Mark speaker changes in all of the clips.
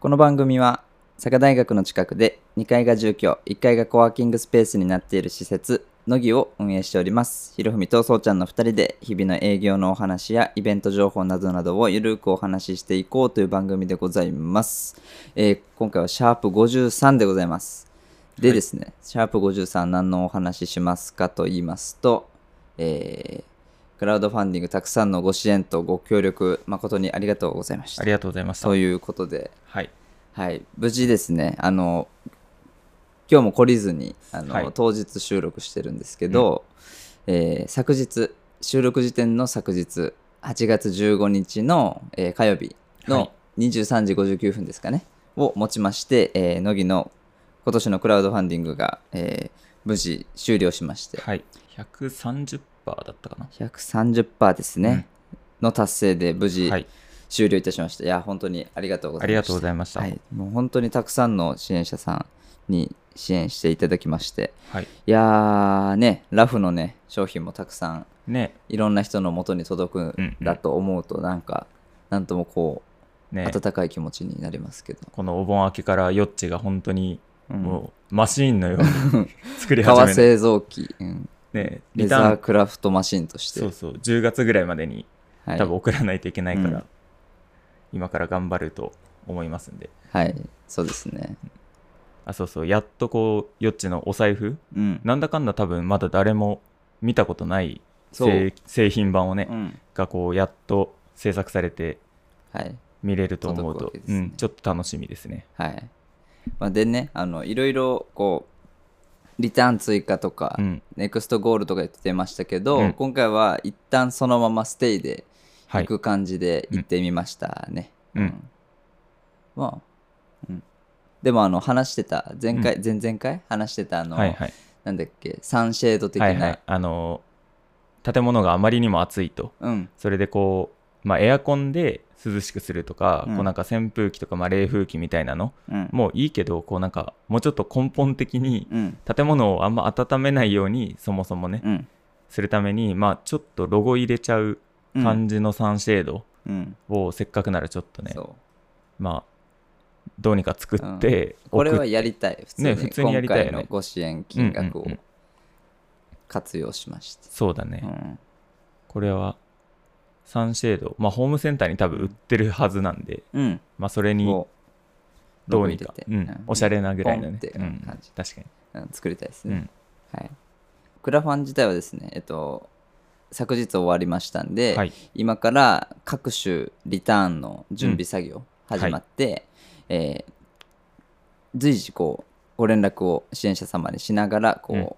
Speaker 1: この番組は佐賀大学の近くで2階が住居1階がコワーキングスペースになっている施設のぎを運営しておりますひろふみとそうちゃんの2人で日々の営業のお話やイベント情報などなどをゆるくお話ししていこうという番組でございます、えー今回はシャープ53でございますでですね、シャープ53何のお話ししますかと言いますと、えークラウドファンディングたくさんのご支援とご協力誠にありがとうございまし
Speaker 2: あ
Speaker 1: た
Speaker 2: りがとうございました
Speaker 1: と。いうことで
Speaker 2: はい。
Speaker 1: はい、無事ですね、あの、今日も懲りずに、あの、
Speaker 2: はい
Speaker 1: 当日収録してるんですけど、えー昨日、収録時点の昨日、8月15日の、えー火曜日
Speaker 2: は
Speaker 1: の
Speaker 2: い
Speaker 1: 23時59分ですかね、をもちまして、えー、乃木の今年のクラウドファンディングが、えー無事終了しまして、
Speaker 2: はい。130%だったかな。
Speaker 1: 130%ですね、の達成で無事
Speaker 2: はい。
Speaker 1: 終了いたしました。いや、本当にありがとうござ
Speaker 2: あ
Speaker 1: い
Speaker 2: り
Speaker 1: ま
Speaker 2: が
Speaker 1: し
Speaker 2: と
Speaker 1: た
Speaker 2: うご。ざいました。
Speaker 1: は
Speaker 2: はいい。、
Speaker 1: もう本当にたくさんの支援者さんに支援していただきましていやーねラフのね商品もたくさん
Speaker 2: ね
Speaker 1: いろんな人の元に届く
Speaker 2: うん
Speaker 1: ん
Speaker 2: うん
Speaker 1: だと思うとなんか、なんともこう、
Speaker 2: ね
Speaker 1: 温かい気持ちになりますけど、
Speaker 2: このお盆明けからヨッチが本当に
Speaker 1: うん
Speaker 2: もうマシーンのよう に作り
Speaker 1: 革
Speaker 2: 始める。
Speaker 1: 製造機、うん
Speaker 2: ね
Speaker 1: レ
Speaker 2: リタ
Speaker 1: ザ
Speaker 2: ー
Speaker 1: ー
Speaker 2: ン。
Speaker 1: クラフトマシンとして
Speaker 2: そうそう。10月ぐらいまでに
Speaker 1: はい
Speaker 2: 多分送らないといけないから、
Speaker 1: うん
Speaker 2: 今から頑張ると思いますんで。
Speaker 1: はいそうですね
Speaker 2: あ、そうそう。やっとこう、ヨッチのお財布、
Speaker 1: うん
Speaker 2: なんだかんだ多分まだ誰も見たことない
Speaker 1: そう
Speaker 2: 製製品版をね、
Speaker 1: うん
Speaker 2: がこう、やっと制作されて、
Speaker 1: はい
Speaker 2: 見れると思うと、
Speaker 1: 届くわけです
Speaker 2: う
Speaker 1: ね
Speaker 2: ん、ちょっと楽しみですね。
Speaker 1: はい、まあ、でねあのいろいろこうリターン追加とか、
Speaker 2: うん、
Speaker 1: ネクストゴールとか言ってましたけど、
Speaker 2: うん
Speaker 1: 今回は一旦そのままステイで
Speaker 2: は
Speaker 1: 行
Speaker 2: い。
Speaker 1: く感じで行ってみましたね。
Speaker 2: うん
Speaker 1: まあ、うん、でもあの話してた前回、前々回話してたあの、
Speaker 2: はいはい。
Speaker 1: なんだっけサンシェード的な、
Speaker 2: はいはい。あのー、建物があまりにも暑いと。
Speaker 1: うん
Speaker 2: それでこう、まあ、エアコンで涼しくするとか、
Speaker 1: うん
Speaker 2: こうなんか扇風機とか、まあ、冷風機みたいなの
Speaker 1: うん
Speaker 2: もういいけど、こうなんか、もうちょっと根本的に、
Speaker 1: うん
Speaker 2: 建物をあんま温めないように、そもそもね、
Speaker 1: うん
Speaker 2: するために、まあ、ちょっとロゴ入れちゃう
Speaker 1: うん
Speaker 2: 感じのサンシェード
Speaker 1: うん
Speaker 2: を、せっかくならちょっとね、
Speaker 1: そう
Speaker 2: まあ、どうにか作って、
Speaker 1: これ
Speaker 2: 送
Speaker 1: は
Speaker 2: っ
Speaker 1: やりたい普通に,、
Speaker 2: ね普通にやりたいよね
Speaker 1: 今回のご支援金額
Speaker 2: う
Speaker 1: を
Speaker 2: んうんうん
Speaker 1: 活用しました。
Speaker 2: そうだね。
Speaker 1: うん
Speaker 2: これはサンシェード、まあ、ホームセンターに多分売ってるはずなんで、
Speaker 1: うん、
Speaker 2: まあ、それに
Speaker 1: を
Speaker 2: どうにか、
Speaker 1: ロゴ入れ
Speaker 2: う
Speaker 1: て
Speaker 2: んおしゃれなぐらいの
Speaker 1: ポン
Speaker 2: ね、
Speaker 1: って感じ
Speaker 2: うん確かに、
Speaker 1: うん作りたいです
Speaker 2: う
Speaker 1: ね。
Speaker 2: ん
Speaker 1: はい、クラファン自体はですね、えっと、昨日終わりましたんで、
Speaker 2: はい
Speaker 1: 今から各種リターンの準備作業
Speaker 2: ん
Speaker 1: 始まって、えー随時こうご連絡を支援者様にしながらこう、
Speaker 2: うん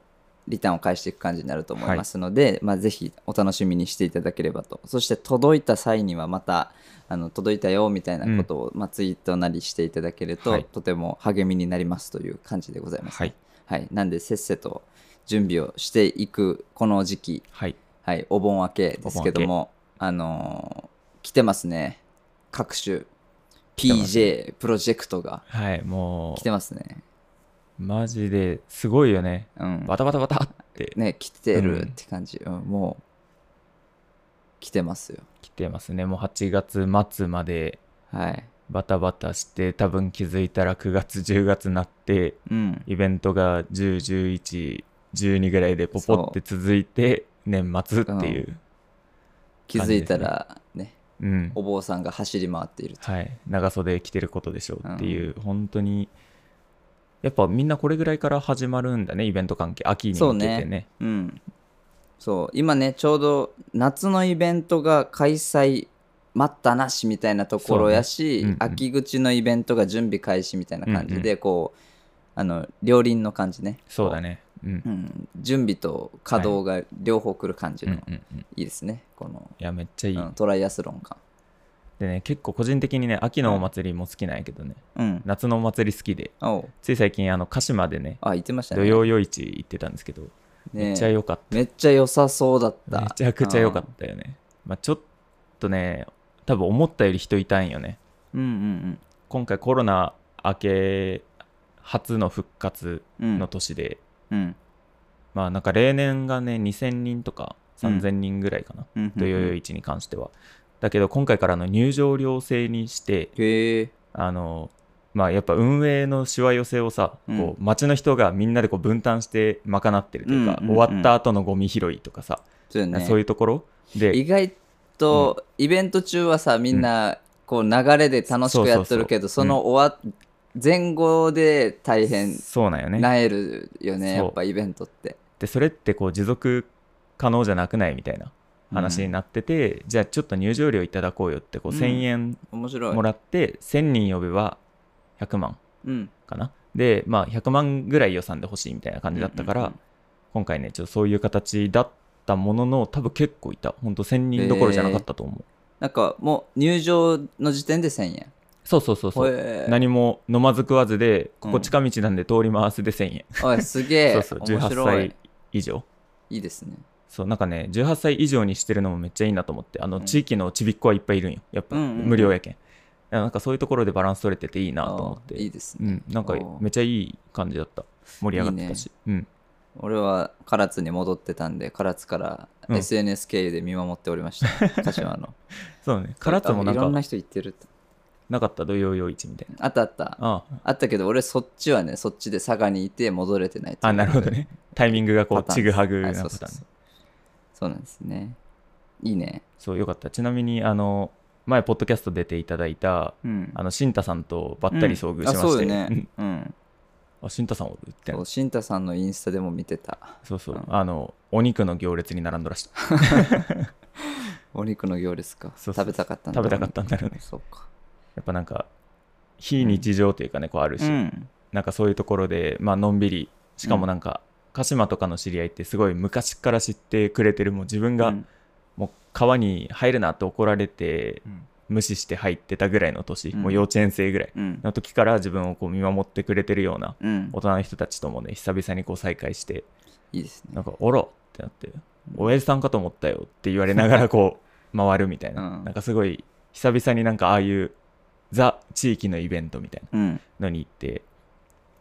Speaker 1: リターンを返していく感じになると思いますので、まあ、ぜひお楽しみにしていただければとそして届いた際にはまたあの届いたよみたいなことを、まあ、ツイートなりしていただけると、
Speaker 2: はい
Speaker 1: とても励みになりますという感じでございます。
Speaker 2: はい
Speaker 1: はい、なんでせっせと準備をしていくこの時期、
Speaker 2: はい
Speaker 1: はい、お盆明けですけども、あのー来てますね各種
Speaker 2: てます
Speaker 1: PJ プロジェクトが
Speaker 2: はいも
Speaker 1: 来
Speaker 2: う
Speaker 1: てますね。
Speaker 2: マジですごいよね
Speaker 1: うん、
Speaker 2: バタバタバタって
Speaker 1: ね来て
Speaker 2: う
Speaker 1: る
Speaker 2: ん
Speaker 1: って感じ、うんもう来てますよ。
Speaker 2: 来てますねもう8月末まで
Speaker 1: はい、
Speaker 2: バタバタして多分気づいたら9月10月になって
Speaker 1: うん
Speaker 2: イベントが101112ぐらいでポポって続いて年末っていう、
Speaker 1: 気づいたらね
Speaker 2: うん、
Speaker 1: お坊さんが走り回っていると。
Speaker 2: はい、長袖着てることでしょうっていう、本当にやっぱみんなこれぐらいから始まるんだねイベント関係秋に向けてね
Speaker 1: そううん、そう今ねちょうど夏のイベントが開催待ったなしみたいなところやし、
Speaker 2: そうねうんうん
Speaker 1: 秋口のイベントが準備開始みたいな感じで、
Speaker 2: う
Speaker 1: こうあの両輪の感じね
Speaker 2: そうだねうん
Speaker 1: こう、うん、準備と稼働が両方来る感じ
Speaker 2: うん
Speaker 1: の、
Speaker 2: うんうん
Speaker 1: い
Speaker 2: い
Speaker 1: いですねこの、
Speaker 2: やめっちゃいい、
Speaker 1: うんトライアスロン感
Speaker 2: でね結構個人的にね秋のお祭りも好きなんやけどね、
Speaker 1: うん
Speaker 2: 夏のお祭り好きで
Speaker 1: おう
Speaker 2: つい最近あの鹿島でね
Speaker 1: あ言ってましたね
Speaker 2: 土曜夜市行ってたんですけど、
Speaker 1: ね
Speaker 2: めっちゃ良かっ
Speaker 1: めっちゃ良さそうだった
Speaker 2: ためちゃくちゃ良かったよね、まあ、ちょっとね多分思ったより人いたんよね
Speaker 1: うんうん
Speaker 2: 今回コロナ明け初の復活
Speaker 1: うんうん
Speaker 2: の年で、
Speaker 1: うん
Speaker 2: まあなんか例年がね2000人とか
Speaker 1: うん
Speaker 2: 3000人ぐらいかな、
Speaker 1: うんうん
Speaker 2: 土曜夜市に関してはだけど今回からの入場料制にして
Speaker 1: へえ
Speaker 2: あのまあ、やっぱ運営のしわ寄せをさ、
Speaker 1: うん
Speaker 2: こう町の人がみんなでこう分担して賄ってるというか、
Speaker 1: うんうんうん
Speaker 2: 終わった後のゴミ拾いとかさ、
Speaker 1: そうよね
Speaker 2: そういうところで
Speaker 1: 意外とイベント中はさみんなこう流れで楽しくやってるけど
Speaker 2: そ
Speaker 1: そう
Speaker 2: そうそう
Speaker 1: の終わっ前後で大変
Speaker 2: そうなんよね
Speaker 1: なえるよね
Speaker 2: そ
Speaker 1: や
Speaker 2: う
Speaker 1: っぱイベントって
Speaker 2: でそれってこう持続可能じゃなくないみたいな話になってて、じゃあちょっと入場料いただこうよってこう
Speaker 1: うん
Speaker 2: 1,000円
Speaker 1: 面白い
Speaker 2: もらって、1,000人呼べば100万
Speaker 1: うん
Speaker 2: かなで、まあ、100万ぐらい予算で欲しいみたいな感じだったから、
Speaker 1: うんうんうん
Speaker 2: 今回ねちょっとそういう形だったものの多分結構いたほんと1,000人どころじゃなかったと思う、
Speaker 1: なんかもう入場の時点で1000円
Speaker 2: そうそうそうそう
Speaker 1: へー
Speaker 2: 何も飲まず食わずでこ
Speaker 1: う
Speaker 2: こ
Speaker 1: ん
Speaker 2: 近道なんで通り回すで1,000円、
Speaker 1: おいすげえ
Speaker 2: そうそう
Speaker 1: 面
Speaker 2: 18
Speaker 1: 白い
Speaker 2: 歳以上
Speaker 1: いいですね
Speaker 2: そうなんかね18歳以上にしてるのもめっちゃいいなと思ってあの、
Speaker 1: うん
Speaker 2: 地域のちびっ子はいっぱいいるんよやっぱ、
Speaker 1: うんうんうん
Speaker 2: 無料やけんなんかそういうところでバランス取れてていいなと思っ
Speaker 1: あ
Speaker 2: て
Speaker 1: ーいいです
Speaker 2: う
Speaker 1: ね
Speaker 2: ん、なんか
Speaker 1: おー
Speaker 2: めっちゃいい感じだった盛り上がってたしうん、
Speaker 1: 俺は唐津に戻ってたんで唐津から
Speaker 2: うん
Speaker 1: SNS 経由で見守っておりました 柏の
Speaker 2: そうね唐津もな
Speaker 1: あいろん
Speaker 2: ん
Speaker 1: な
Speaker 2: か
Speaker 1: 人行ってる
Speaker 2: なかった土曜夜市みたいな
Speaker 1: あったあった
Speaker 2: ああ
Speaker 1: あったけど俺そっちはねそっちで佐賀にいて戻れてない
Speaker 2: あなるほどねタイミングがこ
Speaker 1: パターン
Speaker 2: うちぐはぐな
Speaker 1: はい
Speaker 2: パタ
Speaker 1: そうそうそ
Speaker 2: ーン
Speaker 1: うそうなんですねいいね
Speaker 2: そうよかったちなみにあの前ポッドキャスト出ていただいた
Speaker 1: うん
Speaker 2: あの新太さんとばったり遭遇しまして、
Speaker 1: うんあそうよ
Speaker 2: う
Speaker 1: ね
Speaker 2: ん
Speaker 1: うん
Speaker 2: あ新太さんおるって
Speaker 1: そう新太さんのインスタでも見てた
Speaker 2: そうそう、
Speaker 1: うん
Speaker 2: あのお肉の行列に並んどらした
Speaker 1: お肉の行列か
Speaker 2: そうそう
Speaker 1: 食べたかったんだ
Speaker 2: 食べたかったんだろうね
Speaker 1: そうか
Speaker 2: やっぱなんか非日常というかね、こうあるし、
Speaker 1: うん
Speaker 2: なんかそういうところで、まあのんびりしかもなんか、鹿島とかの知り合いってすごい昔から知ってくれてるもう自分
Speaker 1: う
Speaker 2: が
Speaker 1: ん
Speaker 2: もう川に入るなって怒られて無視して入ってたぐらいの年、
Speaker 1: うん
Speaker 2: もう幼稚園生ぐらい
Speaker 1: うん
Speaker 2: の時から自分をこう見守ってくれてるような
Speaker 1: うん
Speaker 2: 大人の人たちともね久々にこう再会して
Speaker 1: いいですね
Speaker 2: なんか「おろ!」ってなって「親父さんかと思ったよ」って言われながらこう 回るみたいな、
Speaker 1: うん
Speaker 2: なんかすごい久々になんかああいうザ地域のイベントみたいな
Speaker 1: うん
Speaker 2: のに行って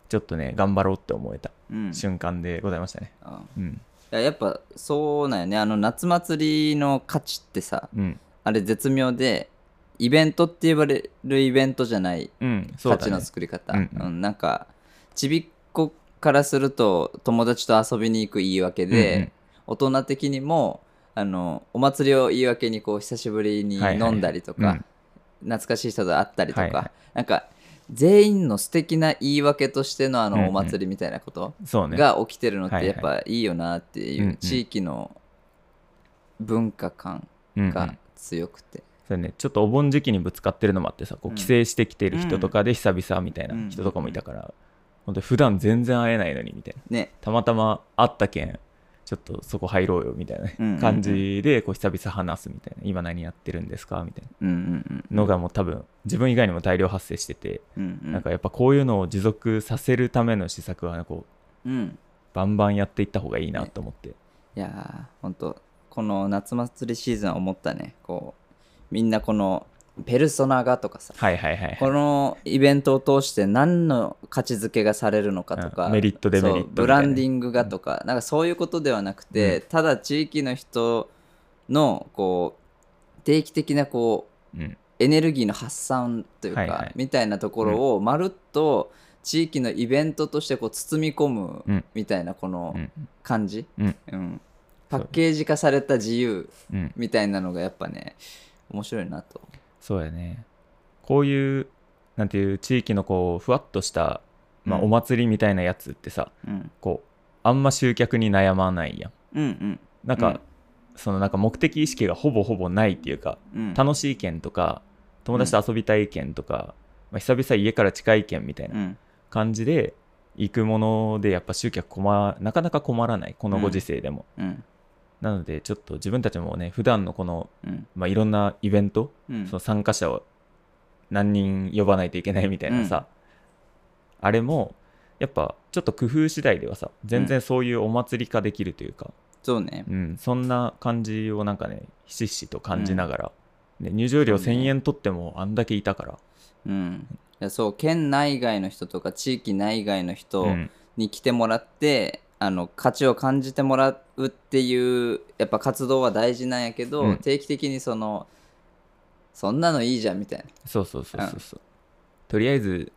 Speaker 2: ちょっとね頑張ろうって思えた
Speaker 1: うん
Speaker 2: 瞬間でございましたね
Speaker 1: あ
Speaker 2: うん
Speaker 1: いややっぱそうなんよねあの夏祭りの価値ってさ
Speaker 2: うん
Speaker 1: あれ絶妙でイベントって呼ばれるイベントじゃない
Speaker 2: うんそう
Speaker 1: 価
Speaker 2: だ
Speaker 1: 値
Speaker 2: ね
Speaker 1: の作り方、
Speaker 2: うんうん
Speaker 1: うんなんかちびっ子からすると友達と遊びに行く言い訳で、
Speaker 2: うんうん
Speaker 1: 大人的にもあのお祭りを言い訳にこう久しぶりに
Speaker 2: はいはい
Speaker 1: 飲んだりとか、
Speaker 2: うん
Speaker 1: 懐かしい人と会ったりとか、
Speaker 2: はいはい
Speaker 1: なんか全員の素敵な言い訳としてのあ
Speaker 2: うんう
Speaker 1: の
Speaker 2: ん
Speaker 1: お祭りみたいなこと
Speaker 2: そうね
Speaker 1: が起きてるのっ
Speaker 2: は
Speaker 1: て
Speaker 2: い
Speaker 1: や
Speaker 2: は
Speaker 1: っ
Speaker 2: い
Speaker 1: ぱいいよなってい
Speaker 2: うんう
Speaker 1: うん地域の文化感
Speaker 2: うんうん
Speaker 1: が強くて、
Speaker 2: そうねちょっとお盆時期にぶつかってるのもあってさこ
Speaker 1: う
Speaker 2: うん帰省してきてる人とかで久々みたいな人とかもいたから、ほんと普段全然会えないのにみたいな
Speaker 1: ね
Speaker 2: たまたま会ったけんちょっとそこ入ろうよみたいなね
Speaker 1: うんうんうん
Speaker 2: 感じでこう久々話すみたいな今何やってるんですかみたい
Speaker 1: うんうん
Speaker 2: なのがもう多分自分以外にも大量発生してて
Speaker 1: うんうんうん
Speaker 2: なんかやっぱこういうのを持続させるための施策はこう
Speaker 1: うん
Speaker 2: バンバンやっていった方がいいなと思って
Speaker 1: いやーほんとこの夏祭りシーズンは思ったねこうみんなこのペルソナがとかさ
Speaker 2: はいはいはい
Speaker 1: このイベントを通して何の価値づけがされるのかとか、
Speaker 2: うんメリットデメリット
Speaker 1: そう
Speaker 2: みたいな
Speaker 1: ブランディングがとか、なんかそういうことではなくて、ただ地域の人のこう定期的なこう
Speaker 2: うん
Speaker 1: エネルギーの発散というか、
Speaker 2: はいはい
Speaker 1: みたいなところをまるっと地域のイベントとしてこう包み込
Speaker 2: う
Speaker 1: む
Speaker 2: ん
Speaker 1: みたいなこの
Speaker 2: うん
Speaker 1: 感じ、
Speaker 2: うん
Speaker 1: うんパッケージ化された自由
Speaker 2: うん
Speaker 1: みたいなのがやっぱね面白いなと。
Speaker 2: そうやねこういうなんていう地域のこうふわっとした、まあ、
Speaker 1: うん
Speaker 2: お祭りみたいなやつってさ
Speaker 1: うん、
Speaker 2: こうあんま集客に悩まないやん
Speaker 1: うん、
Speaker 2: なん
Speaker 1: う
Speaker 2: か
Speaker 1: ん、
Speaker 2: そのなんか目的意識がほぼほぼないっていうか
Speaker 1: うん、うん、
Speaker 2: 楽しい県とか友達と遊びたい県とか、まあ、久々家から近い県みたいな
Speaker 1: うん、
Speaker 2: 感じで行くものでやっぱ集客困なかなか困らないこのご時世でも、
Speaker 1: うん、
Speaker 2: なのでちょっと自分たちもね普段のこの、
Speaker 1: うん、
Speaker 2: まあ、いろんなイベント、
Speaker 1: うん
Speaker 2: その参加者を何人呼ばないといけないみたいなさ、あれもやっぱちょっと工夫次第ではさ全然そういうお祭り化できるというか、
Speaker 1: そうね。
Speaker 2: うん、そんな感じをなんかねひしひしと感じながら、ね入場料
Speaker 1: そうね
Speaker 2: 1000円取ってもあんだけいたから、
Speaker 1: うん。いやそう、県内外の人とか地域内外の人
Speaker 2: うん
Speaker 1: に来てもらって、あの価値を感じてもらうっていうやっぱ活動は大事なんやけど、
Speaker 2: うん
Speaker 1: 定期的にそのそんなのいいじゃんみたいな
Speaker 2: そうそうそうそうそうとりあえず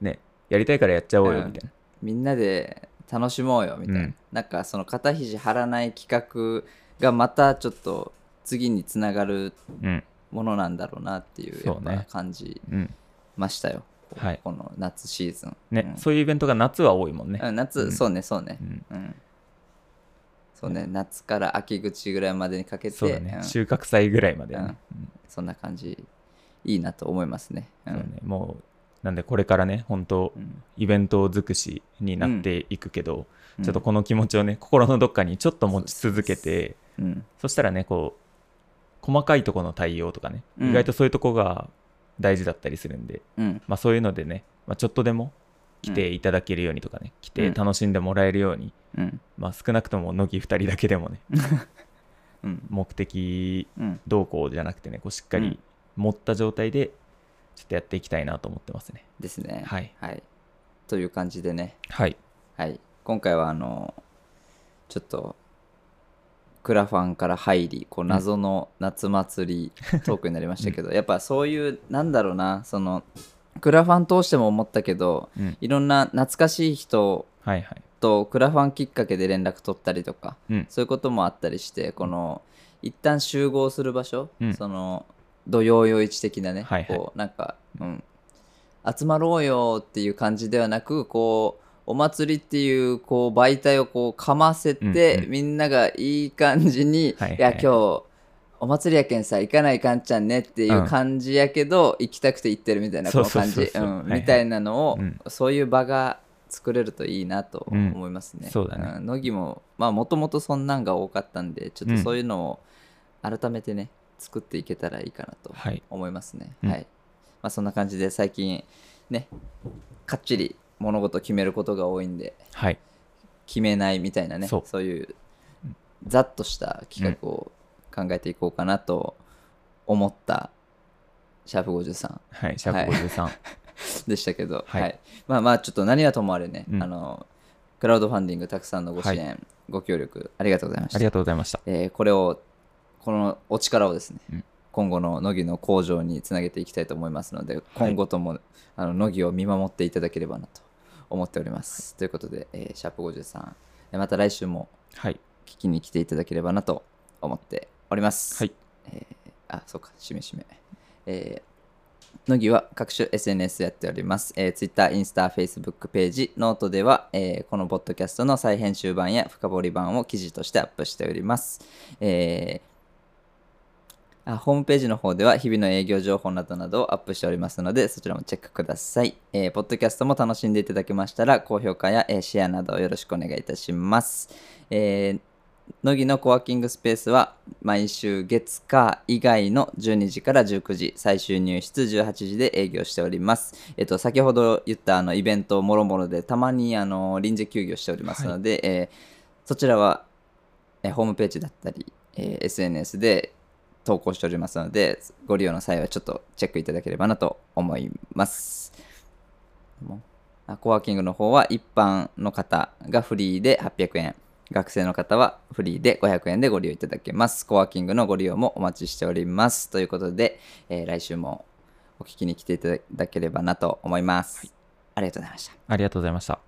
Speaker 2: やりたいからやっちゃおうよ
Speaker 1: うん
Speaker 2: みたいな、
Speaker 1: みんなで楽しもうよみたいな、
Speaker 2: うん
Speaker 1: なんかその肩肘張らない企画がまたちょっと次につながる
Speaker 2: うん
Speaker 1: ものなんだろうなっていうや
Speaker 2: そ
Speaker 1: っ
Speaker 2: うね
Speaker 1: ぱ感じ
Speaker 2: うん
Speaker 1: ましたよ、
Speaker 2: はい
Speaker 1: この夏シーズン
Speaker 2: ね
Speaker 1: うん
Speaker 2: そういうイベントが夏は多いもんね、
Speaker 1: うん夏、
Speaker 2: うん
Speaker 1: そうねそうね
Speaker 2: うん
Speaker 1: うんそうね夏から秋口ぐらいまでにかけて
Speaker 2: そうだね、
Speaker 1: ん
Speaker 2: 収穫祭ぐらいまで、ねうん
Speaker 1: そんな感じいいなと思いますね,うん、
Speaker 2: そうねもうなんでこれからね本当
Speaker 1: うん
Speaker 2: イベント尽くしになっていくけど、
Speaker 1: うん
Speaker 2: ちょっとこの気持ちをね心のどっかにちょっと持ち続けて、
Speaker 1: うん
Speaker 2: そしたらねこう細かいとこの対応とかね、
Speaker 1: うん
Speaker 2: 意外とそういうとこが大事だったりするんで、
Speaker 1: うん
Speaker 2: まあ、そういうのでね、まあ、ちょっとでも来ていただけるようにとかね、来て楽しんでもらえるように、
Speaker 1: うん
Speaker 2: まあ、少なくとも乃木2人だけでもね
Speaker 1: うん
Speaker 2: 目的
Speaker 1: うん
Speaker 2: 動向じゃなくてねこうしっか
Speaker 1: うん
Speaker 2: り持った状態でちょっとやっていきたいなと思ってますね。
Speaker 1: ですね
Speaker 2: はい、
Speaker 1: はい、という感じでね
Speaker 2: はい、
Speaker 1: はい、今回はあのちょっとクラファンから入りこう謎の夏祭りトークになりましたけど、やっぱ そういうなんだろうなそのクラファン通しても思ったけど
Speaker 2: うん、
Speaker 1: いろんな懐かしい人
Speaker 2: はいはい、
Speaker 1: とクラファンきっかけで連絡取ったりとか
Speaker 2: うん、
Speaker 1: そういうこともあったりしてこの一旦集合する場所、
Speaker 2: うん
Speaker 1: その土曜夜市的なね、
Speaker 2: はいはい
Speaker 1: こうなんか、うん、集まろうよっていう感じではなくこうお祭りっていうこう媒体をこうかませて、
Speaker 2: うんうん
Speaker 1: みんながいい感じに「
Speaker 2: はいはい
Speaker 1: いや今日お祭りやけんさ行かないかんちゃんね」っていう感じやけど、行きたくて行ってるみたいなこ
Speaker 2: そう
Speaker 1: の
Speaker 2: そう
Speaker 1: 感
Speaker 2: そう
Speaker 1: じ
Speaker 2: そううんはいはい
Speaker 1: みたいなのを、
Speaker 2: うん
Speaker 1: そういう場が作れるといいなと思いますね。
Speaker 2: うんそうだね
Speaker 1: ん乃木もまあもともとそんなんが多かったんでちょっとそういうのを改めてね、作っていけたらいいかなと
Speaker 2: はい、
Speaker 1: 思いますね、
Speaker 2: うん
Speaker 1: はいまあそんな感じで最近ねかっちり物事を決めることが多いんで
Speaker 2: はい、
Speaker 1: 決めないみたいなね
Speaker 2: そ
Speaker 1: そう
Speaker 2: う
Speaker 1: いう
Speaker 2: うん
Speaker 1: ざっとした企画を考えていこうかなと思ったシャープ53
Speaker 2: はい、シャープ53、
Speaker 1: でしたけど、は
Speaker 2: はいい
Speaker 1: まあまあちょっと何はともあれね、
Speaker 2: うん
Speaker 1: あのクラウドファンディングたくさんのご支援、ご協力ありがとうございまし
Speaker 2: あ
Speaker 1: た
Speaker 2: りがとうございました。
Speaker 1: えーこれをこのお力をですね、
Speaker 2: うん
Speaker 1: 今後の乃木の向上につなげていきたいと思いますので今後とも、あの乃木を見守っていただければなと思っております、ということで、えーシャープ53えーまた来週も
Speaker 2: はい、
Speaker 1: 聞きに来ていただければなと思っております、
Speaker 2: はい、
Speaker 1: えーあ、そうか、しめしめ。えー、乃木は各種 SNS やっております。えー、Twitter、インスタ、Facebook ページ、ノートでは、えーこのポッドキャストの再編集版や深掘り版を記事としてアップしております。えーあホームページの方では日々の営業情報などなどをアップしておりますのでそちらもチェックください、えーポッドキャストも楽しんでいただけましたら高評価や、えーシェアなどをよろしくお願いいたします、えー乃木のコワーキングスペースは毎週月火以外の12時から19時最終入室18時で営業しておりますえっと先ほど言ったあのイベントもろもろでたまにあの臨時休業しておりますので、えーそちらはえーホームページだったり、えー SNS で投稿しておりますのでご利用の際はちょっとチェックいただければなと思いますもうあコワーキングの方は一般の方がフリーで800円学生の方はフリーで500円でご利用いただけます。コワーキングのご利用もお待ちしております。ということで、えー来週もお聞きに来ていただければなと思います。ありがとうございました。
Speaker 2: ありがとうございました。